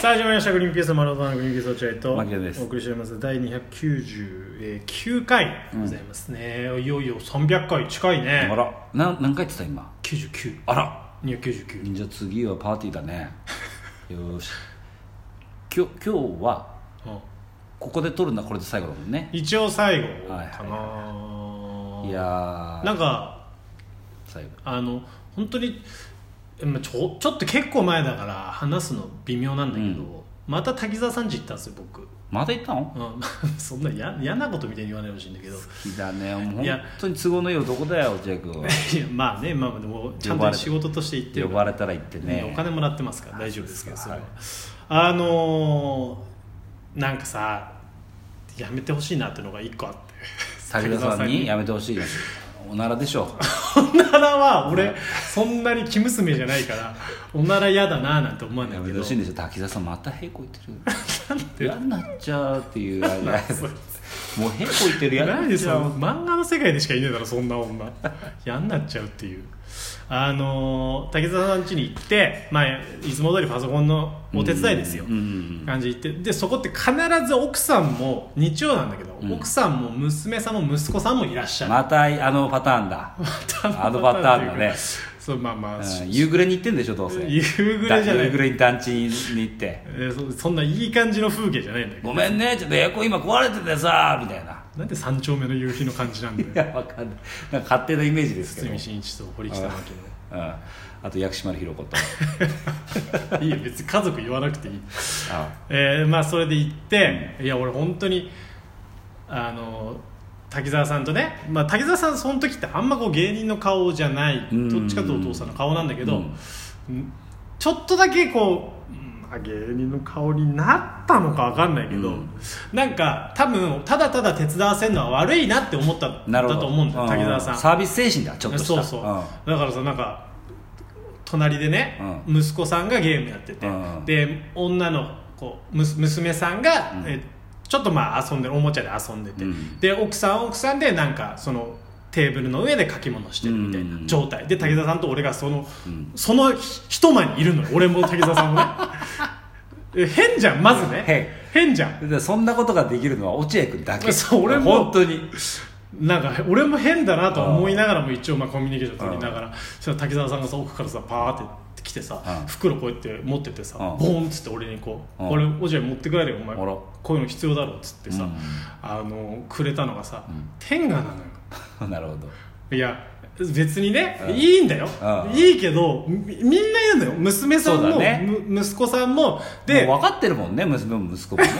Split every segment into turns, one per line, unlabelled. さあ始まりました「グリーンピースの丸太のグリーンピース落合」と
牧田です
お送りしております第299回でございますね、いよいよ300回近いね
あらな何回言ってた今
99
あら
299
じゃあ次はパーティー だねよーし今日今日は
うん
ここで撮るのはこれで最後だもんね
一応最後かな、
はいいやー
なんか
最後
あの本当にまあちょちょっと結構前だから話すの微妙なんだけど、
うん
また滝沢さんち行ったんですよ僕、うん
また行ったの
そん な嫌嫌なことみたいに言わないでほしいんだけど
好きだねもう
い
本
や
当に都合のいい男だよ落合君はい
やまあねまあでもちゃん
呼ば
と
れた
仕事として行って
呼
るから
ばれたら行って
ね
ね
お金もらってますから大丈夫ですけどそ
そ
れ
う
は、
で
あのーなんかさやめてほしいなっていうのが一個あって
滝沢さんにやめてほしいなおならでしょ
おならは俺そんなに生娘じゃないからおなら嫌だななんて思 わない
や
け
めて
ど
ほしいんでしょ滝沢さんまたへこいて
で
る嫌になっちゃうっ ていうあれ
なんだそれ
もうへこいてるや
何でその漫画の世界でしかいねえだろそんな女嫌になっちゃうっていうあのー滝沢さん家に行って、まあ、いつも通りパソコンのお手伝いですよ、
うんうん
感じ行ってでそこって必ず奥さんも日曜なんだけど、
うん
奥さんも娘さんも息子さんもいらっしゃる、
またあのパターンだあのパターンだね
そうまあまあ、
うん夕暮れに行ってんでしょどうせ
夕暮れじゃない
夕暮れに団地に行って
えーそそんないい感じの風景じゃないんだ
「
けど
ごめんねちょっとエアコン今壊れててさ」みたいな
なんで三丁目の夕日の感じなんだ
い
よ
やわかんないなんか勝手なイメージですけど、う
堤真一と堀北真
ん、あと薬師丸ひろ 子と
希のいいよ別に家族言わなくていい
あ
えーまあ、それで行って、いや俺本当にあの滝沢さんとね、まあ、滝沢さんその時ってあんまこう芸人の顔じゃない
うん
どっちかというとお父さんの顔なんだけど、
うん
んちょっとだけこう、うんまあ、芸人の顔になったのか分かんないけど、
うん
なんか多分ただただ手伝わせるのは悪いなって思ったんだ
なるほど
と思うんだよ滝沢さん。
サービス精神だちょっとした
そうそう、だからさなんか隣でね、息子さんがゲームやってて、
うん
で女の子むす娘さんが、
うん
えちょっとまあ遊んでるおもちゃで遊んでて、
うん
で奥さんは奥さんでなんかそのテーブルの上で書き物してるみたいな状態、で滝沢さんと俺がその、
うん
その一間にいるのよ俺も滝沢さん もねえ変じゃんまずね変じゃん
うんでそんなことができるのは落合君だ け
そう俺も
本当に
なんか俺も変だなとは思いながらも一応まあコミュニケーション取りながらそしたら滝沢さんがさ奥からさパーって来てさ
うん
袋こうやって持っててさ
うん
ボーンっつって俺にこう「
うん
これおじゃ持ってくられよお前
あら
こういうの必要だろ」っつって
う
さ
ん
あのくれたのがさ
ん
天下なのよ
なるほど
いや別にね
うん
いいんだよ
うん
いいけどみみんな言うんだよ娘さん
そうだ
も
ね
む息子さんも
で
で
分かってるもんね娘も息子もね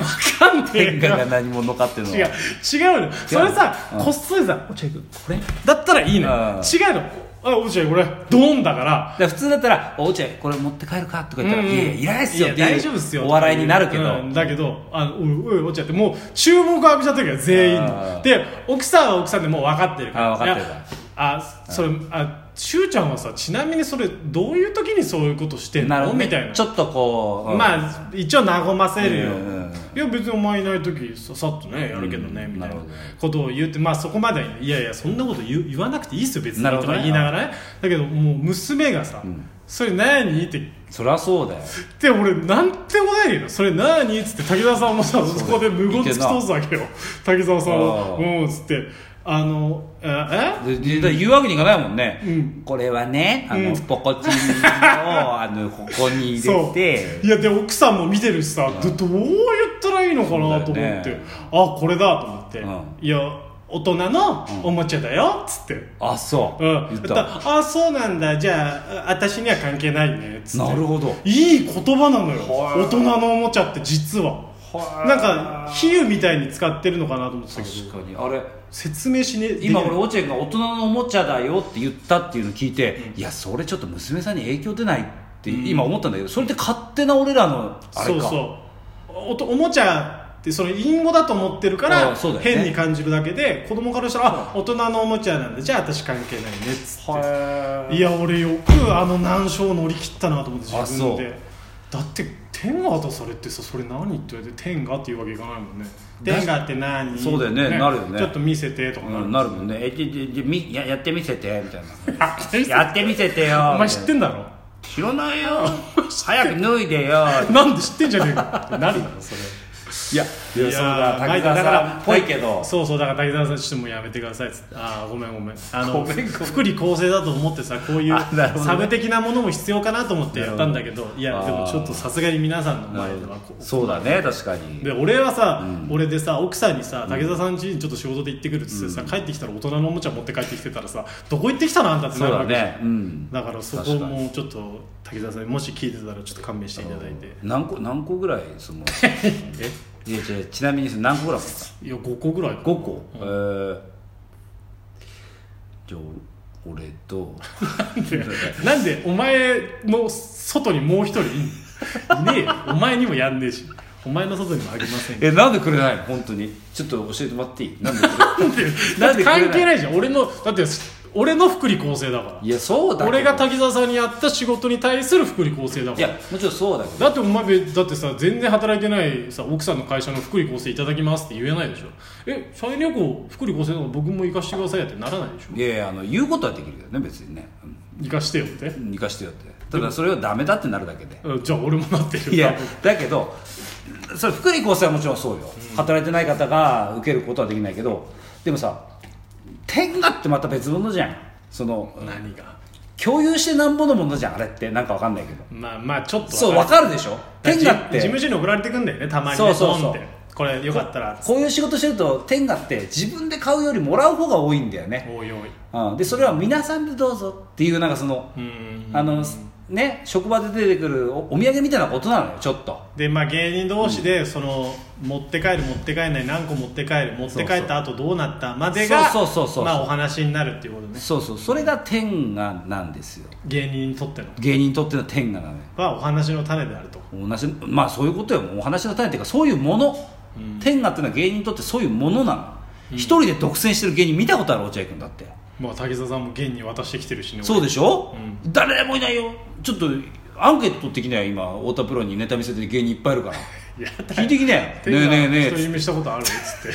なんで
天下が何者かっていうのは
違う違うのそれさ、
うん
こっそりさ「落合君これ?」だったらいいのよ、
うん
違うの「あ落合これドン」だから
で普通だったら「お落合これ持って帰るか?」とか言った
う
ら「
んうん
いやいやいらないっすよ」って
や
い
大丈夫っす
う
よ
お笑いになるけど、
うんだけど「あおいおい落合」ってもう注目を浴びちゃってるから全員
う
の
ん
で奥さんは奥さんでもう分かってるから
あ分かってるか
い
ら
やあそれあしゅうちゃんはさちなみにそれどういう時にそういうことしてん
なる
の
ほどね
みたいな
ちょっとこう、うん
まあ一応和ませるよ、
うんうんうん
いや別にお前いない時ささっとねやるけどね、
うん
みたいな
なるほど
ことを言ってまあそこまではいやいやそんなこと言う言わなくていいっすよ別に
なる
と
ほど
か
ね
言いながらねだけどもう娘がさ、
ん
それ何って
そりゃそうだよ
で俺なんてもないよそれ何っつって滝沢さんもさそこで無言突き通すわけよ滝沢さん
あ
も
ー
うんっつってあのあえ
ででだから言うわけにいかないもんね、
うん
これはねあの、
うん
ポコチンをあのここに入れて
いやで奥さんも見てるしさ、どどう言ったらいいのかなと思って、
そうだよね
あこれだと思って、
うん
いや大人のおもちゃだよっつって、
あそう、
うん、
言っ
だ
た
らあそうなんだじゃあ私には関係ないねっつって
なるほど
いい言葉なのよ
はい
大人のおもちゃって実はなんか比喩みたいに使ってるのかなと思ってたけ
確
ど
かにあれ
説明しねできな
今
い
俺落合君が大人のおもちゃだよって言ったっていうの聞いて、いやそれちょっと娘さんに影響出ないって今思ったんだけどそれって勝手な俺らのあ
そ
れ
う
か
そうおとおもちゃってその隠語だと思ってるか
あ
ら
あそうだよね
変に感じるだけで子供からしたらあ大人のおもちゃなんでじゃあ私関係ないねっつっ
は
ていや俺よくあの難所を乗り切ったなと思って
あ
自分でだって天下とされてさそれ何って言われて天下って言うわけいかないもんね
だし
天下って何
そうだよねなるよね
ちょっと見せてとかなる
うん、なるもんねえじゃじゃじゃみややってみせてみたいな
あ先生
やってみせてよ
お前知ってんだろ
知らないよ早く脱いでよ
なんで知ってんじゃねえ かってなるだろそれ
いやいやそうだ
書
滝
いて
沢さんっぽい
だ
け
か
ど
らそうそうだから滝沢さんちょっともうやめてくださいっつってああごめんごめんあの
ごめんごめん
福利厚生だと思ってさこういう
あなるほどね
サブ的なものも必要かなと思ってやったんだけどいやでもちょっとさすがに皆さんの前ではこう
そうだね確かに
で俺はさ、俺でさ奥さんにさ竹澤さん家にちょっと仕事で行ってくるっつってさ、帰ってきたら大人のおもちゃ持って帰ってきてたらさどこ行ってきたのあんたって
そ
な
う
るわ
だ
けじゃん
ねうん
だからそこ
確かに
もちょっと竹澤さんにもし聞いてたらちょっと勘弁していただいて
何個何個ぐらい その
え
いや違うちなみにその何個ぐらい持った
いや5個ぐらいか
5個、えーじゃあ俺と
なんでお前の外にもう一人いんの いねえよお前にもやんねえしお前の外にもあげませんよ
えなんでくれないの本当にちょっと教えてもらっていい なんでくれ
だ
な
っ
ん
て
でくれない
関係ないじゃん俺のだって俺の福利厚生だか
いやそ
ら
うだけど
俺が滝沢さんにやった仕事に対する福利厚生だ
い
から
やもちろんそうだけど
だってお前べだってさ全然働いてないさ奥さんの会社の福利厚生いただきますって言えないでしょえ社員旅行福利厚生の僕も行かしてくださいやってならないでしょ
いやいやあの言うことはできるけどね別にね、
行かしてよって
うん、生かしてよってただそれはダメだってなるだけで
うんじゃあ俺もなってるよ
いやだけどそれ福利厚生はもちろんそうよ、働いてない方が受けることはできないけどでもさ天下ってまた別物じゃんその
何が
共有してなんぼのものじゃんあれってなんかわかんないけど
まあまあちょっと
そう
わ
わかるでしょ天下っ
事務
て
所に送られてくんだよねたまにね
そうそうそう
ドンってこれよかったら
こういう仕事してると天下って自分で買うよりもらう方が多いんだよね、
おいおい
うん、でそれは皆さんでどうぞっていうなんかその、
うん
あのね職場で出てくるおお土産みたいなことなのよちょっと
でまあ芸人同士でその持って帰る持って帰らない何個持って帰る持って帰った後どうなったまでが
そうそうそうそう
まあお話になるっていうことね
そうそうそれが天下なんですよ
芸人にとっての
芸人にとっての天下なのよ
はお話の種であると
同じまあそういうことよもうお話の種っていうかそういうもの、天下っていうのは芸人にとってそういうものなの一人で独占してる芸人見たことある落合君だって
まあ滝沢さんも現に渡してきてるしね
そうでしょ、
う
誰もいないよちょっとアンケート取ってきなよ今太田プロにネタ見せてる芸人いっぱいい るから
俺いや
聞いてきなよねえ
天
ねえねえ
が
つ
独
って
り占めしたことあるっ つって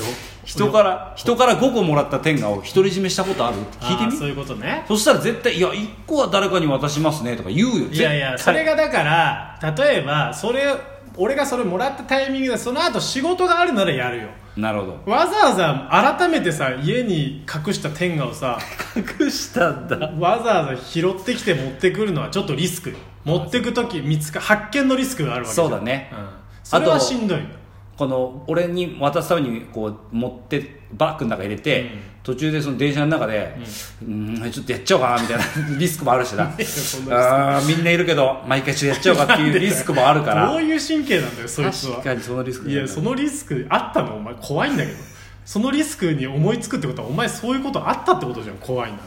よ
人から人から5個もらった天下を独り占めしたことあるって聞いて
あ
み
ーそういうことね
そしたら絶対「いや1個は誰かに渡しますね」とか言うよ
いやいや
絶対
それがだから例えばそれ俺がそれもらったタイミングでその後仕事があるならやるよ
なるほど
わざわざ改めてさ家に隠した天下を さ
隠したんだ
わざわざ拾ってきて持ってくるのはちょっとリスクよ持ってく時見つか発見のリスクがあるわけじゃん
そうだね
んそれはしんどいよ
この俺に渡すためにこう持ってバッグの中入れて、
うん
途中でその電車の中で「うん、んちょっとやっちゃおうかな」みたいな リスクもあるしな
そん
あーみんないるけど毎回ちょっとやっちゃおうかっていうリスクもあるか
ど
ら
ういう神経なんだよそいつは
確かにそのリスク
いやそのリスクあったのお前怖いんだけどそのリスクに思いつくってことはお前そういうことあったってことじゃん怖いな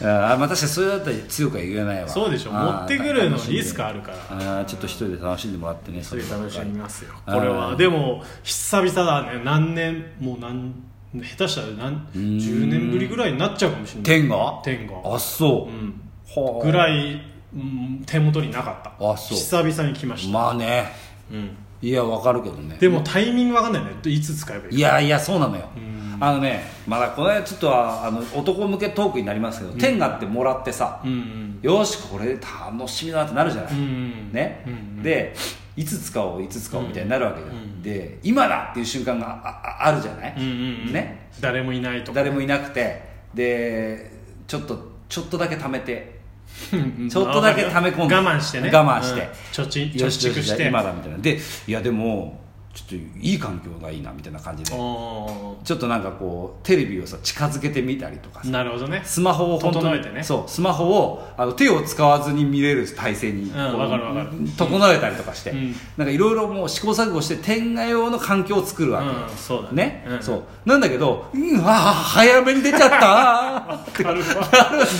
あーまあ確かにそれだったら強くは言えないわ
そうでしょ持
あー
ってくるのリスクあるから
あーちょっと一人で楽しんでもらってね
それ楽しみますよこ
あー
れはでも久々だね何年もう何下手したら何
ーん
10年ぶりぐらいになっちゃうかもしれない
天が
天が
あそうう、
ん
はあ
ぐらいうん手元になかった
あそう
久々に来ました
まあね
うん
いやわかるけどね
でもタイミングわかんないねいつ使えばいい
いやいやそうなのよ
ん
あのねまだこの間ちょっとはあの男向けトークになりますけど、天下ってもらってさ
う、ん
よしこれ楽しみだなってなるじゃない、
うんうん
ね、
うんうん
でいつ使おういつ使おうみたいになるわけじゃん、
うん
で今だっていう瞬間があああるじゃない、
うんうんうん
ね
誰もいないとか
誰もいなくてでちょっとちょっとだけ貯めて
ち
ちょっとだけ溜め込んで
我慢してね
我慢して
うん貯蓄貯
よしよ
蓄
しじ
し
ゃあ
て
今だみたいなでいやでもちょっといい環境がいいなみたいな感じで
お
ちょっとなんかこうテレビをさ近づけてみたりとか
ー
さ
なるほどね
スマホを本当に
整えてね
そうスマホをあの手を使わずに見れる体勢に、
ん
こ
わかるわかる
整えたりとかして、
うん
なんかいろいろもう試行錯誤して天下用の環境を作るわけ、
うんそうだ
ね、
うん
そうなんだけど「うんああ早めに出ちゃった」って
わか
なる
る
ん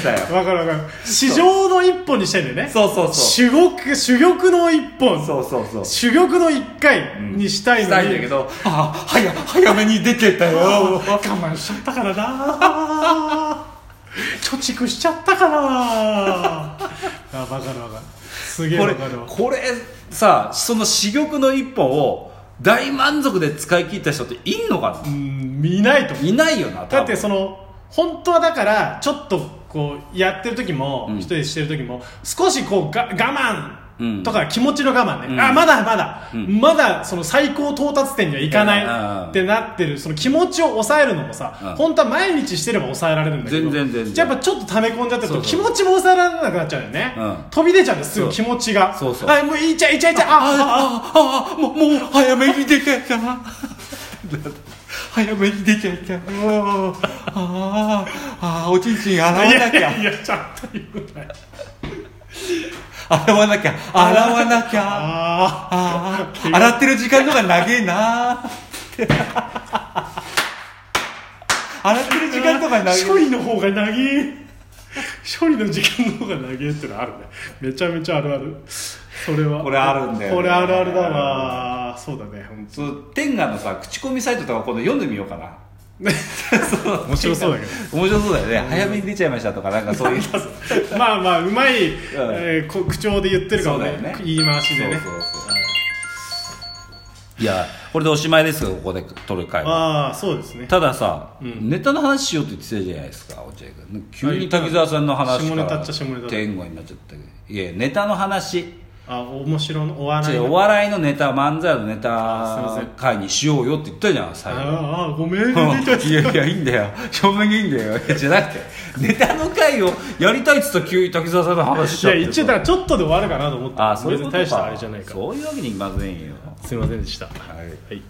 だよ
わかるわかる市場の一本に してんだよね
そうそうそう
珠玉珠玉の一本
そうそうそう
珠玉の一回にしたい
し
の
た
に、
いんだけど「ああ早早めに出てたよ」
我慢しちゃったから な貯蓄しちゃったからなあわかるわかるすげえ
こ
わ
れ
かるわ
これさその珠玉の一本を大満足で使い切った人っていんのか
うん見ないと思う
ないないよな多分
だってその本当はだからちょっとこうやってる時も、
うん
一人でしてる時も少しこうが我
うん
慢とか気持ちの我慢ね、
うん
あまだまだ、
うん
まだその最高到達点にはいか
うんうんう
なんいってなってるその気持ちを抑えるのもさ、
うん
本当は毎日してれば抑えられるんだけど
全然全然
じゃあやっぱちょっと溜め込んじゃってる
そ
と
うそう
気持ちも抑えられなくなっちゃうよね、
うん
飛び出ちゃうんですすぐ
そう
気持ちが
そうそう
あもういちゃいちゃいちゃああああ
ああもうもう早めに出てきたな早めに出てきたもうあああおちんちん洗
いやいやいやちゃんと言うなよ
洗わなきゃ洗わなき ゃ
あ
ああ洗ってる時間の方が長えな洗ってる時間とか
あ
長
処
え
理の方が長い処理の時間の方が長いってのあるねめちゃめちゃあるあるそれは
これあるんだよね
これあるあるだわそうだね本
そう天下のさ口コミサイトとか今度読んでみようかな
当面白そうだけど
面白そうだよね早めに出ちゃいましたとかなんかそういうそう
まあまあうまい、えーこ口調で言ってるかも
そうだよ
ね
ね
言い回しでね
そうそういやこれでおしまいですよここで撮る回は
ああそうですね
たださ、
うん
ネタの話しようって言ってたじゃないですか落合君急に滝沢さんの話か
下ネタ
ら
っちゃ下ネタだ
天狗になっちゃったけどいやネタの話
あ面白のお笑
違
いうの
お笑いのネタ漫才のネ
あすい
タ
ません
会にしようよって言ったじゃん最後
ああごめん出
うん
てき
いやいやいいんだよ正面がいいんだよいやじゃなくてネタの会をやりたいっつったら急に滝沢さんの話しち
た
ゃっ
い
て
や一応だからちょっとで終わるかなと思って
あそういうこと
別に大した
か
あれじゃないから
そういうわけにいきませんよ
すいませんでした
はい
はい